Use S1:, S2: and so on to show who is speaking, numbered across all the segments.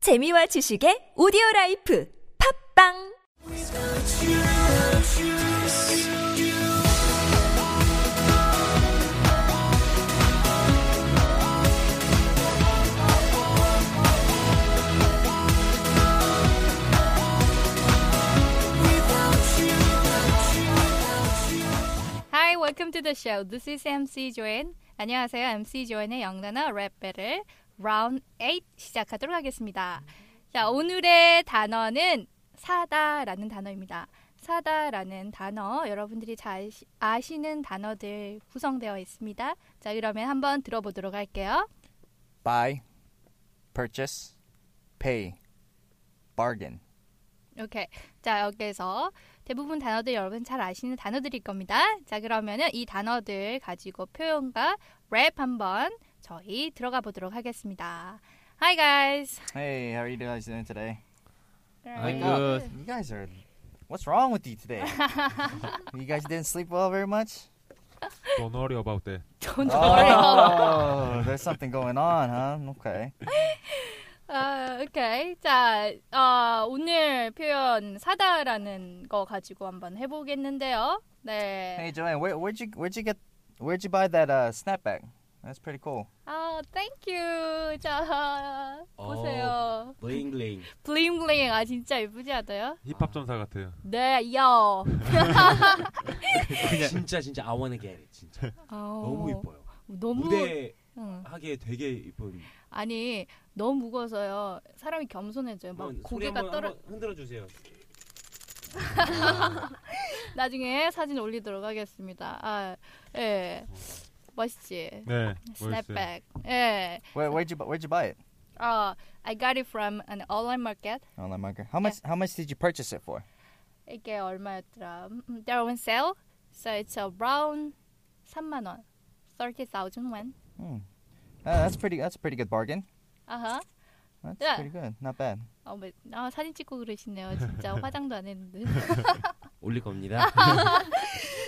S1: 재미와 지식의 오디오 라이프 팝빵
S2: Hi, welcome to the show. This is MC Joanne. 안녕하세요. MC 조엔의 영단어 랩 배틀 라운드 8 시작하도록 하겠습니다. 자, 오늘의 단어는 사다라는 단어입니다. 사다라는 단어 여러분들이 잘 아시- 아시는 단어들 구성되어 있습니다. 자, 그러면 한번 들어보도록 할게요.
S3: buy, purchase, pay, bargain.
S2: 오케이. 자, 여기에서 대부분 단어들 여러분 잘 아시는 단어들일 겁니다. 자, 그러면은 이 단어들 가지고 표현과 랩 한번 저희 들어가 보도록 하겠습니다. Hi guys. 아,
S3: Hey, how are you guys doing today?
S4: I'm
S3: Wake up.
S4: good.
S3: You guys are. What's wrong with you today? you guys didn't sleep well very much.
S4: Don't worry about that.
S3: 아.
S2: Don't worry about
S3: Oh, there's something going on, huh? Okay.
S2: 아, 오케이. 자, 어, 오늘 표현 사다라는 거 가지고 한번 해보겠는데요. 네.
S3: Hey, Joanne, where, where'd you where'd you get where'd you buy that uh, snapback? That's pretty cool.
S2: 아, thank you. 자,
S5: 어.
S2: 보세요.
S5: 블링블링.
S2: 블링블링. 아, 진짜 예쁘지 않아요?
S4: 힙합 전사 같아요.
S2: 네, 요.
S5: 진짜 진짜 I wanna get it. 진짜 너무 이뻐요.
S2: 어. 너무
S5: 무대
S2: 응.
S5: 하기에 되게 이쁜.
S2: 아니 너무 무거워서요. 사람이 겸손해져요. 막
S5: 한번 소리
S2: 고개가
S5: 한번-
S2: 떨어.
S5: 한번 흔들어 주세요.
S2: 나중에 사진 올리도록 하겠습니다. 아, 예,
S5: 어.
S2: 멋있지.
S4: 네. 멋있어요.
S2: 스냅백. 예.
S3: Where, where'd you bu- where'd you buy it?
S2: 아, I got it from an online market.
S3: Online market. How much how much did you purchase it for?
S2: 이게 얼마였더라? 음, There on sale. So it's around 3만 원. 30,000 won.
S3: Hmm. Uh, that's pretty. That's a pretty good bargain.
S2: 아하.
S3: That's
S2: Yeah.
S3: pretty good. Not bad.
S2: 어, 뭐, 아, 사진 찍고 그러시네요. 진짜 화장도 안 했는데.
S5: 올릴 겁니다.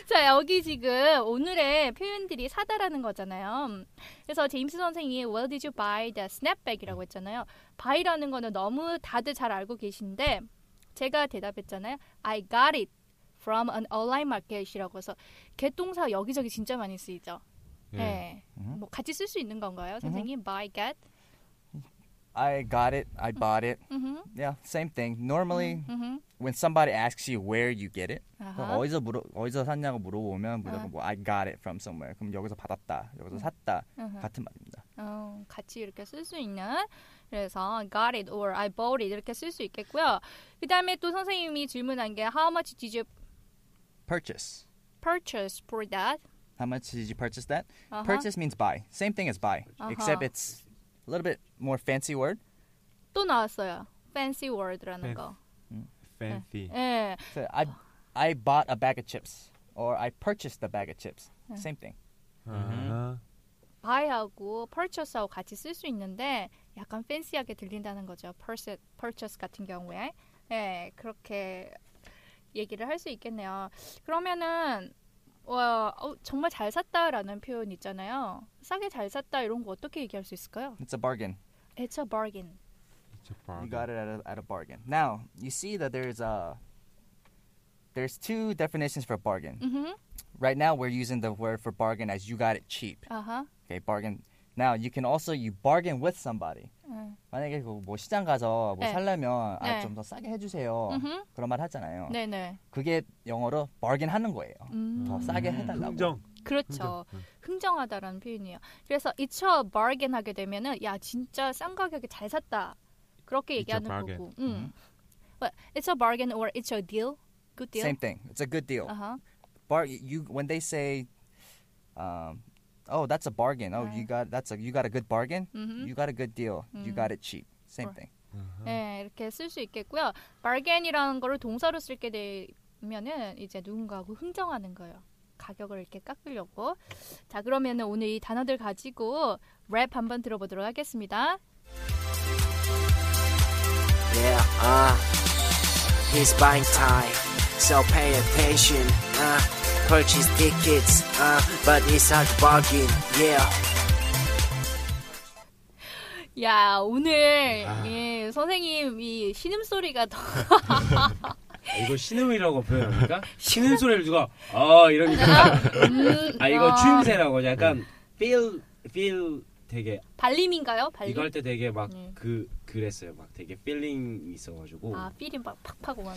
S2: 자, 여기 지금 오늘의 표현들이 사다라는 거잖아요. 그래서 제임스 선생이 Where did you buy the snapback이라고 했잖아요. buy라는 거는 너무 다들 잘 알고 계신데 제가 대답했잖아요. I got it from an online market이라고 해서 개동사 여기저기 진짜 많이 쓰이죠.
S4: 예.
S2: 네.
S3: 음.
S2: 뭐 같이 쓸 수 있는 건가요, 선생님? buy, get.
S3: I got it. I bought it.
S2: 음흠,
S3: Yeah, same thing. Normally,
S2: 음흠.
S3: when somebody asks you where you get it, 그럼
S2: 아하.
S3: 어디서 물어 어디서 샀냐고 물어보면 무조건
S2: 아.
S3: 뭐 I got it from somewhere. 그럼 여기서 받았다, 여기서 샀다
S2: 아하.
S3: 같은 말입니다.
S2: 어, 같이 이렇게 쓸 수 있는 그래서 got it or I bought it 이렇게 쓸 수 있겠고요. 그다음에 또 선생님이 질문한 게 how much did you
S3: Purchase.
S2: purchase for that?
S3: How much did you purchase that?
S2: 아하.
S3: Purchase means buy. Same thing as buy,
S2: 아하.
S3: except it's a little bit more fancy word.
S2: 또 나왔어요. fancy word라는 거.
S4: Fancy.
S2: 예.
S3: So I I bought a bag of chips or I purchased a bag of chips. Same thing.
S4: 아하.
S2: buy하고 purchase하고 같이 쓸 수 있는데 약간 fancy하게 들린다는 거죠. purchase, purchase 같은 경우에. 예, 그렇게 얘기를 할 수 있겠네요. 그러면은 와, 어, 정말 잘 샀다라는 표현 있잖아요. 싸게 잘 샀다 이런 거 어떻게 얘기할 수 있을까요?
S3: It's a bargain.
S2: It's a bargain.
S4: It's a bargain.
S3: You got it at a, at a bargain. Now you see that there's a there's two definitions for bargain.
S2: 음,
S3: Right now we're using the word for bargain as you got it cheap.
S2: 아하.
S3: Okay, bargain. Now you can also you bargain with somebody.
S2: 음.
S3: 만약에 그뭐 시장 가서 뭐
S2: Mm. 네.
S3: 살려면
S2: 네.
S3: 아좀 더 싸게 해주세요.
S2: 음흠.
S3: 그런 말 하잖아요.
S2: 네네.
S3: 그게 영어로 bargain 하는 거예요.
S2: 음.
S3: 더 싸게
S5: 음,
S3: 해달라고.
S4: 흥정.
S2: 그렇죠.
S4: 흥정.
S2: 흥정하다라는 표현이에요. 그래서 it's a bargain 하게 되면은 야 진짜 싼 가격에 잘 샀다 그렇게
S4: It's a
S2: 얘기하는
S4: bargain.
S2: 거고. 음. Well, it's a bargain or it's a deal. Good deal. Uh-huh.
S3: Same thing. It's a good deal.
S2: 아하.
S3: Bar you when they say, um, oh that's a bargain. Oh you got that's a you got a good bargain.
S2: 음흠.
S3: You got a good deal. You got it cheap. Same
S2: Right.
S3: thing.
S4: 음.
S2: 네, 이렇게 쓸 수 있겠고요. bargain이라는 거를 동사로 쓸게 되면은 이제 누군가하고 흥정하는 거예요. 가격을 이렇게 깎으려고. 자, 그러면은 오늘 이 단어들 가지고 랩 한번 들어보도록 하겠습니다.
S6: Yeah, uh, he's buying time, so pay attention, uh, purchase tickets, uh, but it's hard bargain, yeah.
S2: 야 오늘
S4: 아.
S2: 예, 선생님 이 신음 소리가 더
S5: 아, 이거 신음이라고 표현합니까? 신음 소리를 누가 아 이러니까
S2: 음,
S5: 아 이거 추임새라고 하죠. 약간 feel feel 되게
S2: 발림인가요? 발림.
S5: 이거 할 때 되게 막
S2: 네.
S5: 그 그랬어요. 막 되게 feeling 있어가지고
S2: 아
S5: 아,
S2: 필이 막 팍팍 오는.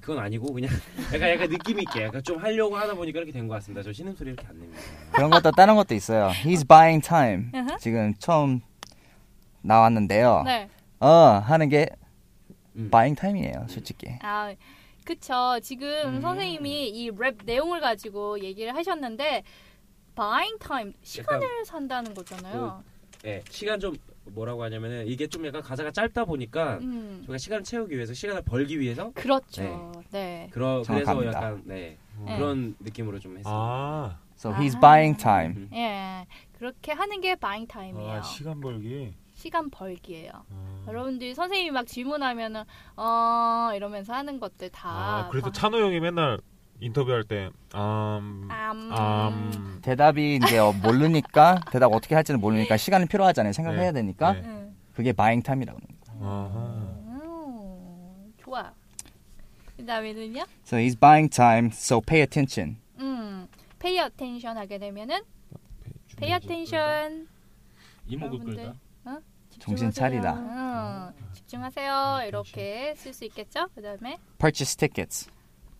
S5: 그건 아니고 그냥 약간 약간 느낌 있게 약간 좀 하려고 하다 보니까 이렇게 된 것 같습니다. 저 신음 소리 이렇게 안 냅니다.
S3: 그런 것도 다른 것도 있어요. He's buying time. 지금 처음 나왔는데요.
S2: Uh-huh.
S4: 아.
S2: 네.
S3: 어 하는 게
S5: 음.
S3: buying time이에요, 솔직히.
S2: 아 그쵸.
S4: 음.
S2: 지금 선생님이 이 랩 내용을 가지고 얘기를 하셨는데 buying time 시간을 산다는 거잖아요.
S5: 예, 시간 좀 뭐라고 하냐면은 이게 좀 약간 가사가 짧다 보니까
S2: 음
S5: 저희가 시간을 채우기 위해서 시간을 벌기 위해서
S2: 그렇죠. 네.
S5: 그러 그래서
S3: 정확합니다.
S5: 약간 네
S2: 네.
S5: 그런 느낌으로 좀 했어요.
S4: 아,
S3: So he's
S2: 아하.
S3: buying time.
S2: 예 그렇게 하는 게 buying time이에요.
S4: 아 시간 벌기.
S2: 시간 벌기예요.
S4: 아.
S2: 여러분들이 선생님이 막 질문하면은 어 이러면서 하는 것들 다.
S4: 아, 그래서
S2: 방-
S4: 찬호 형이 맨날 인터뷰할 때 암,
S2: 암.
S4: 아. 암,
S3: 대답이 이제 어, 모르니까 대답 어떻게 할지는 모르니까 시간이 필요하잖아요. 생각해야
S4: 네.
S3: 되니까
S4: 네.
S2: 음.
S3: 그게 buying time이라고. 합니다.
S4: 아하.
S2: 음, 좋아. 그다음에는요.
S3: So he's buying time. So pay attention.
S2: 음. pay attention 하게 되면은
S5: 네,
S2: pay attention.
S5: 이목을
S2: 여러분들.
S5: 끌다. 아.
S2: 어?
S3: 정신 차리다.
S2: 음, 집중하세요. 이렇게 쓸 수 있겠죠? 그다음에
S3: Purchase tickets.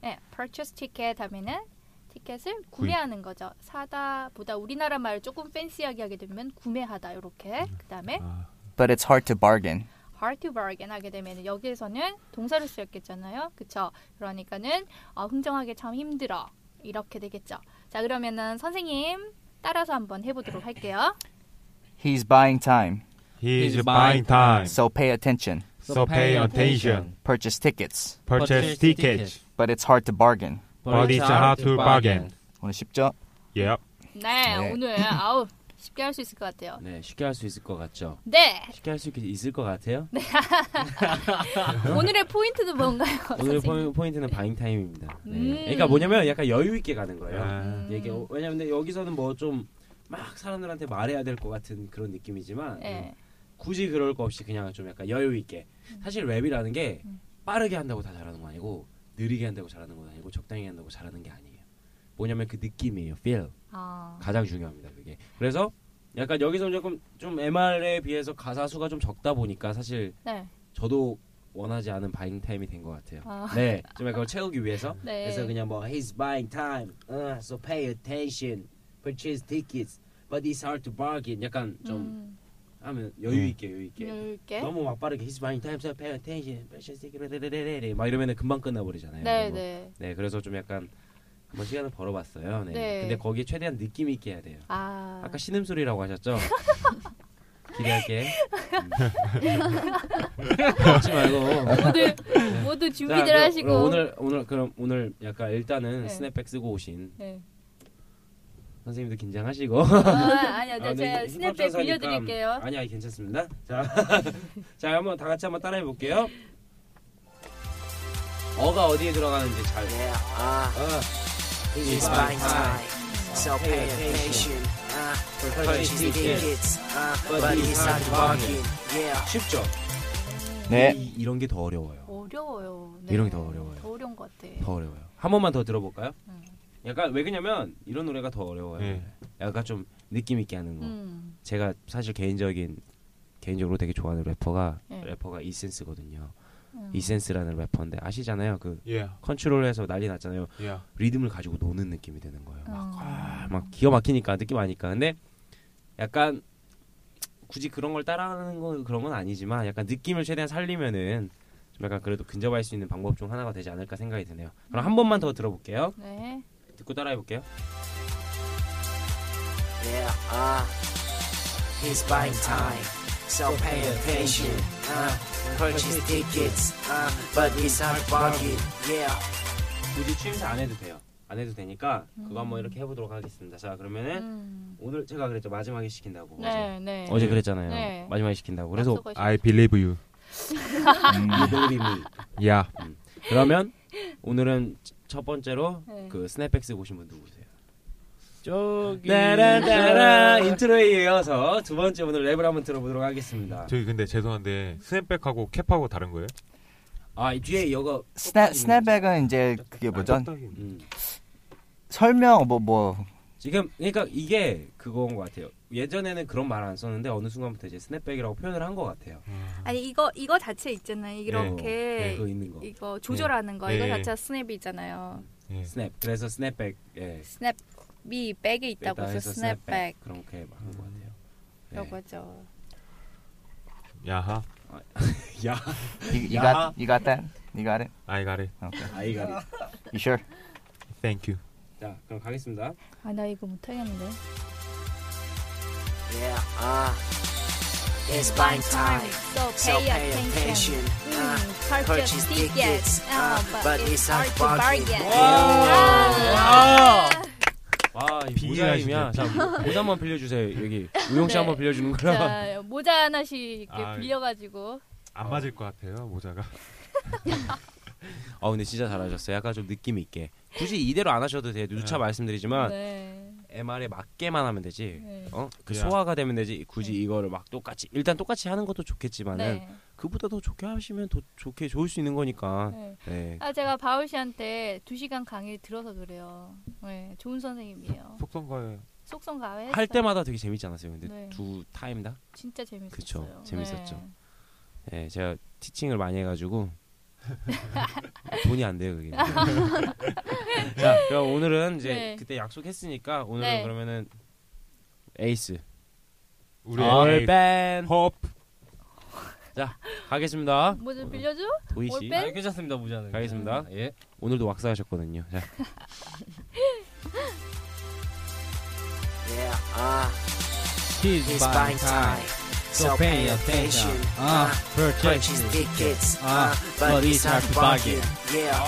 S2: 네, purchase ticket 하면은 티켓을 구매하는 거죠. 사다보다 우리나라 말을 조금 팬시하게 하게 되면 구매하다 이렇게. 그다음에
S4: 아.
S3: But it's hard to bargain.
S2: hard to bargain 하게 되면 여기에서는 동사를 쓰였겠잖아요. 그쵸? 그러니까는 어, 흥정하기 참 힘들어. 이렇게 되겠죠. 자, 그러면은 선생님 따라서 한번 해보도록 할게요.
S3: He's buying time.
S4: He's buying time,
S3: So pay attention.
S4: so pay attention.
S3: Purchase tickets.
S4: Purchase tickets,
S3: But it's hard to bargain.
S4: but it's hard to bargain.
S3: 오늘 쉽죠?
S4: Yep.
S2: 네,
S3: 네.
S2: 오늘 아우 쉽게 할 수 있을 것 같아요.
S5: 네 쉽게 할 수 있을 것 같죠.
S2: 네,
S5: 쉽게 할 수 있을 것 같아요.
S2: 오늘의 포인트는 뭔가요?
S5: 오늘
S2: 선생님?
S5: 포, 포인트는 바잉 타임입니다. 네.
S2: 음.
S5: 그러니까 뭐냐면 약간 여유 있게 가는 거예요.
S4: 아.
S5: 이게 어, 왜냐면 근데 여기서는 뭐 좀 막 사람들한테 말해야 될 것 같은 그런 느낌이지만
S2: 네.
S5: 굳이 그럴 거 없이 그냥 좀 약간 여유 있게 사실 랩이라는 게 빠르게 한다고 다 잘하는 거 아니고 느리게 한다고 잘하는 건 아니고 적당히 한다고 잘하는 게 아니에요 뭐냐면 그 느낌이에요 feel
S2: 아,
S5: 가장 중요합니다 그게 그래서 약간 여기서 조금 좀 MR에 비해서 가사 수가 좀 적다 보니까 사실
S2: 네,
S5: 저도 원하지 않은 바잉 타임이 된 것 같아요
S2: 아.
S5: 네 좀 약간 그걸 채우기 위해서
S2: 네.
S5: 그래서 그냥 뭐 he's buying time uh, so pay attention purchase tickets but it's hard to bargain 약간 좀
S2: 음,
S5: 하면 여유 있게 여유 있게
S2: 넓게.
S5: 너무 막 빠르게 he's buying time so pay attention 레레레레레 막 이러면 금방 끝나버리잖아요
S2: 네,
S5: 뭐.
S2: 네.
S5: 네 그래서 좀 약간 한번 시간을 벌어봤어요 네.
S2: 네.
S5: 근데 거기에 최대한 느낌 있게 해야 돼요
S2: 아,
S5: 아까 신음소리라고 하셨죠? 기대할게 하지 말고
S2: 모두 모두 준비들
S5: 자, 그럼-
S2: 하시고
S5: 그럼 오늘 오늘 그럼 오늘 약간 일단은
S2: 네.
S5: 스냅백 쓰고 오신
S2: 네.
S5: 선생님도 긴장하시고
S2: 아, 아니요, 네,
S5: 아, 근데
S2: 제가
S5: 이게
S2: 스냅백
S5: 힙합 찬사니까-
S2: 빌려드릴게요.
S5: 아니 아니 괜찮습니다. 자, 자 한번 다 같이 한번 따라해 볼게요. 어가 어디에 들어가는지 잘.
S6: Yeah, ah.
S5: 어,
S6: It's buying time. So pay attention. Uh, purchase tickets. Uh, but it's hard to bargain. Yeah.
S5: 쉽죠.
S3: 네.
S5: 이, 이런 게 더 어려워요.
S2: 어려워요. 네.
S5: 이런 게더 어려워요.
S2: 더 어려운 것 같아.
S5: 더 어려워요. 한 번만 더 들어볼까요?
S2: 음.
S5: 약간 왜 그냐면 이런 노래가 더 어려워요.
S4: 네.
S5: 약간 좀 느낌 있게 하는 거.
S2: 음,
S5: 제가 사실 개인적인 개인적으로 되게 좋아하는 래퍼가
S2: 네.
S5: 래퍼가 이센스거든요.
S2: 음.
S5: 이센스라는 래퍼인데 아시잖아요. 그
S4: Yeah.
S5: 컨트롤해서 난리 났잖아요.
S4: Yeah.
S5: 리듬을 가지고 노는 느낌이 되는 거예요. 막,
S2: 어.
S5: 아, 막 기가 막히니까 느낌 아니까. 근데 약간 굳이 그런 걸 따라하는 건 그런 건 아니지만 약간 느낌을 최대한 살리면은 좀 약간 그래도 근접할 수 있는 방법 중 하나가 되지 않을까 생각이 드네요. 그럼 한 번만 더 들어볼게요.
S2: 네.
S5: 듣고 따라해 볼게요.
S6: Yeah, uh, he's buying time, so pay attention. Uh, purchase tickets, uh, but it's hard bargain. Yeah,
S5: 굳이 취임새 안 해도 돼요. 안 해도 되니까 그거 한번 이렇게 해보도록 하겠습니다. 자 그러면은
S2: 음.
S5: 오늘 제가 그랬죠 마지막에 시킨다고.
S2: 네, 네.
S5: 어제. 어제 그랬잖아요.
S2: 네.
S5: 마지막에 시킨다고. 그래서 음,
S2: 약속하신-
S4: I believe you.
S5: You believe me.
S4: Yeah.
S5: 그러면 오늘은 첫 번째로
S2: 네.
S5: 그 스냅백 쓰고 오신 분 누구세요?
S7: 저기
S5: 따라따라 인트로에 이어서 두 번째 오늘 랩을 한번 들어보도록 하겠습니다.
S4: 저기 근데 죄송한데 스냅백하고 캡하고 다른 거예요?
S5: 아, 이 뒤에 이거
S3: 스냅 스냅백은 이제 그게
S4: 아,
S3: 뭐죠?
S5: 음.
S3: 설명 뭐 뭐.
S5: 지금 그러니까 이게 그거인 것 같아요. 예전에는 그런 말 안 썼는데 어느 순간부터 이제 스냅백이라고 표현을 한 것 같아요. 네.
S2: 아니 이거 이거 자체 있잖아요. 음. 네, 이렇게
S5: 그거 있는 거
S2: 이거 조절하는 거 이거
S4: 네.
S2: 자체가 스냅이 있잖아요.
S4: 예.
S5: 스냅. 그래서 스냅백 예.
S2: 스냅이 백에 있다고
S5: 뺐다
S2: 해서
S5: 해서
S2: 네, 스냅백 네.
S5: 그렇게 막 한 것 같아요.
S2: 이라고 하죠.
S4: 야하.
S5: 예. 야
S3: You, you
S5: 야.
S3: got you got that? You got it?
S4: I got it.
S3: Okay.
S5: 아이가.
S3: You sure?
S4: Thank you.
S5: 자 그럼 가겠습니다.
S2: 아 나 이거 못하겠는데.
S6: Yeah, uh, it's buying
S2: buying
S6: time. So pay attention.
S2: 음,
S6: Uh, purchase tickets, uh, but it's hard bargain.
S5: 와. 와, 아, 이
S4: 비하이시네,
S5: 모자임이야. 자, 모자 한번 빌려주세요. 여기 우용 씨
S2: 네.
S5: 한번 빌려주는 거라.
S2: 자 모자 하나씩 이렇게
S4: 아,
S2: 빌려가지고
S4: 안 맞을 것 같아요 모자가.
S5: 어, 근데 진짜 잘하셨어요. 약간 좀 느낌 있게. 굳이 이대로 안 하셔도 돼요. 누차
S4: 네.
S5: 말씀드리지만
S2: 네.
S5: MR에 맞게만 하면 되지.
S2: 네.
S5: 어, 그
S4: 야.
S5: 소화가 되면 되지. 굳이 이거를 막 똑같이 일단 똑같이 하는 것도 좋겠지만은
S2: 네.
S5: 그보다 더 좋게 하시면 더 좋게 좋을 수 있는 거니까.
S2: 네.
S5: 네.
S2: 아 제가 바울 씨한테 2 시간 강의 들어서 그래요. 네, 좋은 선생님이에요.
S4: 속성과에
S2: 속성 가회
S5: 할 때마다 되게 재밌지 않았어요. 근데
S2: 네.
S5: 두 타임 다.
S2: 진짜 재밌었어요.
S5: 그쵸,
S2: 네.
S5: 재밌었죠. 네, 제가 티칭을 많이 해가지고 돈이 안 돼요 그게. 자, 그럼 오늘은 이제
S2: 네.
S5: 그때 약속했으니까 오늘은
S2: 네.
S5: 그러면은 에이스 아,
S4: 우리
S5: 얼밴
S4: 홉.
S5: 가겠습니다.
S2: 뭐 좀 빌려줘?
S5: 도희 씨
S2: 올밴?
S7: 아, 괜찮습니다 모자는.
S5: 가겠습니다.
S7: 예.
S5: 오늘도 왁스하셨거든요. 자,
S6: Yeah, uh,
S7: He's
S6: it's buying
S7: buying time.
S6: time. So pay attention. Uh, purchase tickets, uh, but it's hard bargain. Yeah.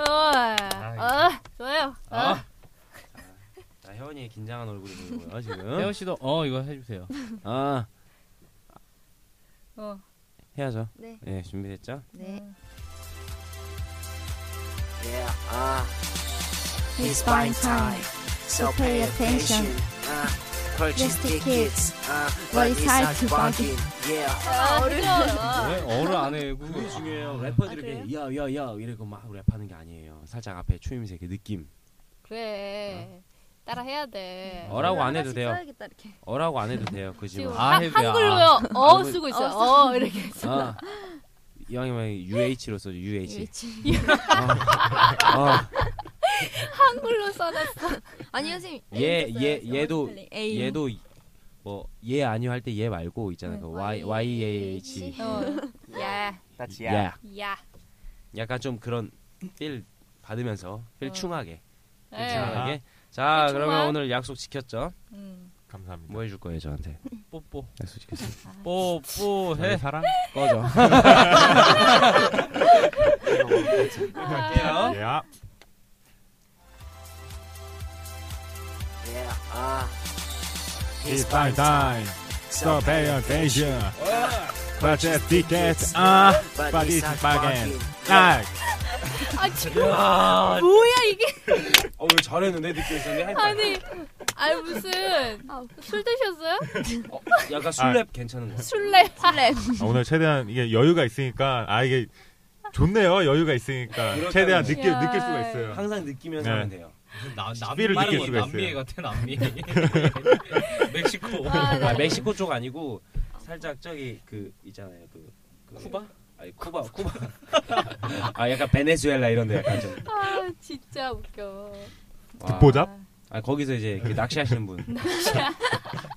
S2: 어, 어, 좋아요. 어.
S7: 아,
S5: 자 혜원이의 긴장한 얼굴이 보이고요
S7: 태호
S5: 지금.
S7: 씨도 어 이거 해주세요.
S5: 아
S2: 어.
S5: 해야죠.
S1: 네.
S5: 예 준비됐죠?
S1: 네.
S6: Yeah, uh, it's buying time. So pay attention. Uh, purchase tickets, uh, but it's hard to bargain. Yeah.
S2: 아, 어려워.
S7: 왜 어를 안 해? 그거
S5: 그게 중요해요. 예, 래퍼들이
S2: 아,
S5: 이렇게 야야야 이러고 막 랩하는 게 아니에요. 살짝 앞에 추임새 그 느낌.
S2: 그래. 따라 해야 돼.
S5: 어라고 안 해도 돼요. 어라고 안 해도 돼요. 그지
S2: 지금
S5: 뭐.
S7: 아,
S2: 한-
S7: 해도 돼요.
S2: 한글로요. 어
S5: 한글.
S2: 쓰고 있어. 어, 이렇게.
S5: 아, 이왕이면 UH로 써줘 UH. 어,
S2: 한글로 써놨어.
S8: 아니 선생님 네,
S5: 얘 얘 얘도
S8: A
S5: 얘도 뭐 얘 아니요 할 때 얘 말고 있잖아 그 Y Y A H.
S2: 어. 야,
S3: That's yeah.
S5: 야.
S2: 야.
S5: 약간 좀 그런 필 받으면서 필
S2: 어.
S5: 충하게. 필
S2: 예.
S5: 충하게. 자
S2: 필 충만.
S5: 그러면 오늘 약속 지켰죠?
S2: 음.
S4: 감사합니다.
S5: 뭐 해줄 거예요 저한테?
S7: 뽀뽀
S5: 약속 지켰어.
S7: 뽀뽀 해.
S4: 저의 사랑.
S5: 꺼져.
S2: 아,
S4: 야.
S6: Yeah, uh,
S4: It's my time.
S6: So pay
S4: attention. Purchase tickets. Ah,
S6: but it's hard bargain.
S2: 아, 지금
S5: 아,
S2: 뭐야 이게?
S5: 어, 오늘 잘했는데 느낌 있었는데. 하이파이브.
S2: 아니, 아니 무슨 술 드셨어요?
S5: 어, 약간 술랩 괜찮은 거. 같아.
S2: 술래. 네. 술래.
S4: 아, 오늘 최대한 이게 여유가 있으니까 아 이게 좋네요. 여유가 있으니까 최대한 느낄
S2: 야.
S4: 느낄 수가 있어요.
S5: 항상 느끼면서
S4: 네.
S5: 하면 돼요.
S7: 나
S4: 시비를
S7: 빠른
S4: 느낄 수가
S7: 거,
S4: 있어요.
S7: 남미 같아 남미. 멕시코.
S2: 아,
S5: 아,
S2: 네.
S5: 멕시코 쪽 아니고 살짝 저기 그 있잖아요 그, 그 쿠바? 아니 쿠바 쿠바 아 약간 베네수엘라 이런데 약간 좀
S2: 아, 진짜 웃겨.
S5: 와.
S4: 듣보잡?
S5: 아 거기서 이제 그 낚시하시는 분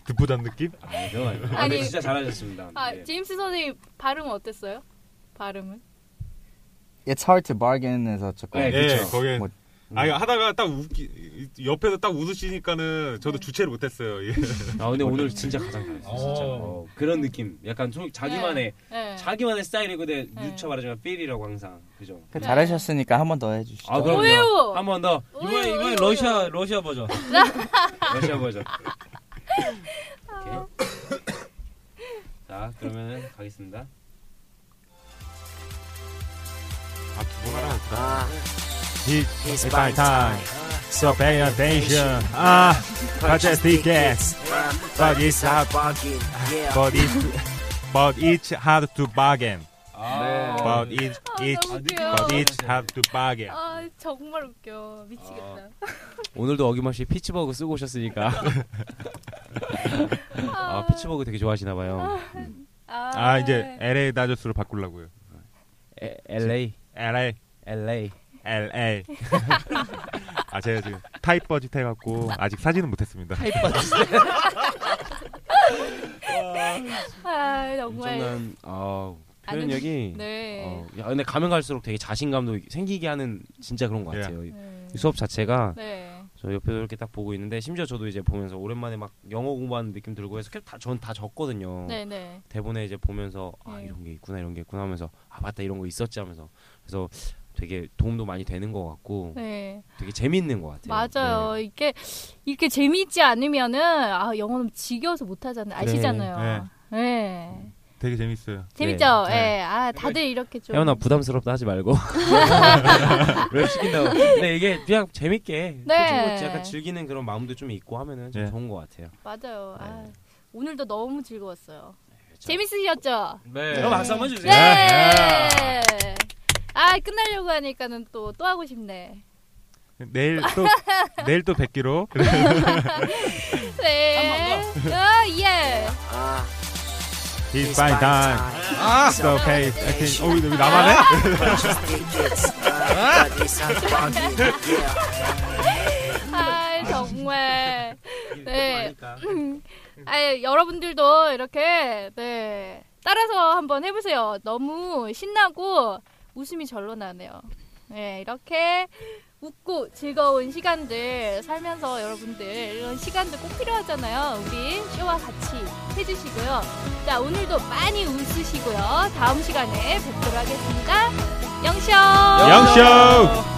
S4: 듣보잡 느낌?
S5: 아니 그건 아니고. 아,
S2: 네. 아니.
S5: 근데 진짜 잘하셨습니다
S2: 아,
S5: 예.
S2: 제임스 선생님 발음은 어땠어요? 발음은?
S3: It's hard to bargain에서 조금.
S5: 네,
S4: 예,
S5: 그쵸.
S4: 거긴
S3: 뭐-
S4: 아 이거 하다가 딱 웃기 옆에서 딱 웃으시니까는 저도 주체를 못했어요. 예.
S5: 아 근데 오늘 진짜 가장 잘했어요 진짜
S7: 어.
S5: 어, 그런 느낌 약간 좀 자기만의
S2: 네.
S5: 자기만의 스타일이고 근데
S2: 네.
S5: 유차 말하자면 필이라고 항상 그죠
S3: 그 잘하셨으니까 한 번 더 해주시죠.
S5: 아 그럼요
S2: 오예요.
S5: 한 번더
S7: 이번에 이번에 러시아 러시아 버전.
S5: 러시아 버전.
S2: 아.
S5: 오케이. 자, 그러면 가겠습니다.
S4: 아두번 하라고.
S6: Uh,
S4: It's my 아. time. So pay attention. 아, purchase tickets.
S6: but
S4: But
S6: it's
S4: it's
S6: hard
S4: hard
S6: bargain. Yeah.
S4: But it, but it's hard to bargain.
S7: 아,
S4: But it,
S2: 아,
S4: it,
S2: 너무 귀여워.
S4: but it's hard to bargain.
S2: 아 정말 웃겨 미치겠다.
S5: 오늘도 어김없이 피치버그 쓰고 오셨으니까. 아, 피치버그 되게 좋아하시나 봐요.
S2: 아,
S4: 아 이제 LA 다저스로 바꾸려고요.
S5: 에, LA,
S4: LA,
S5: LA.
S4: LA. 아 제가 지금 타입 버짓 해갖고 아직 사진은 못했습니다.
S2: 아 정말
S5: 엄청난 아,
S2: 아는-
S5: 표현력이.
S2: 네.
S5: 어, 야, 근데 가면 갈수록 되게 자신감도 생기게 하는 진짜 그런 것 같아요. 이
S2: 네.
S5: 수업 자체가
S2: 네.
S5: 저 옆에서 이렇게 딱 보고 있는데 심지어 저도 이제 보면서 오랜만에 막 영어 공부하는 느낌 들고 해서 전다 적거든요.
S2: 네, 네.
S5: 대본에 이제 보면서 아
S2: 네.
S5: 이런 게 있구나 이런 게 있구나 하면서 아 맞다 이런 거 있었지 하면서 그래서 되게 도움도 많이 되는 것 같고
S2: 네.
S5: 되게 재밌는 것 같아요. 네.
S2: 맞아요. 이게 이렇게 재미있지 않으면은 아, 영어는 지겨워서 못 하잖아요.
S5: 그래.
S2: 아시잖아요. 네.
S4: 되게 재밌어요.
S2: 재밌죠? 예.
S5: 네.
S2: 아, 다들 이렇게 좀
S5: 혜원아 부담스럽다 하지 말고 랩 시킨다고. 근데 이게 그냥 재밌게
S2: 네.
S5: 솔직히 뭐 약간 즐기는 그런 마음도 좀 있고 하면은 좀
S4: 네.
S5: 좋은 것 같아요.
S2: 맞아요. 아,
S5: 네. 그렇죠.
S2: 오늘도 너무 즐거웠어요. 재밌으셨죠?
S7: 네.
S5: 여러분, 박수 한번
S2: 네.
S5: 주세요. 네.
S2: 아, 끝나려고 하니까는 또 또 하고 싶네.
S4: 내일 또 내일 또 뵙기로.
S2: 네. 아, 예.
S6: Ah,
S4: It's fine time. 아, So pay attention. 어 여기 나만해?
S6: Purchase tickets. Ah, but it's hard bargain. Yeah.
S2: 아, 정말. 네. 아, 여러분들도 이렇게 네. 따라서 한번 해 보세요. 너무 신나고 웃음이 절로 나네요. 네, 이렇게 웃고 즐거운 시간들 살면서 여러분들 이런 시간들 꼭 필요하잖아요. 우리 쇼와 같이 해주시고요. 자, 오늘도 많이 웃으시고요. 다음 시간에 뵙도록 하겠습니다. 영쇼!
S4: 영쇼.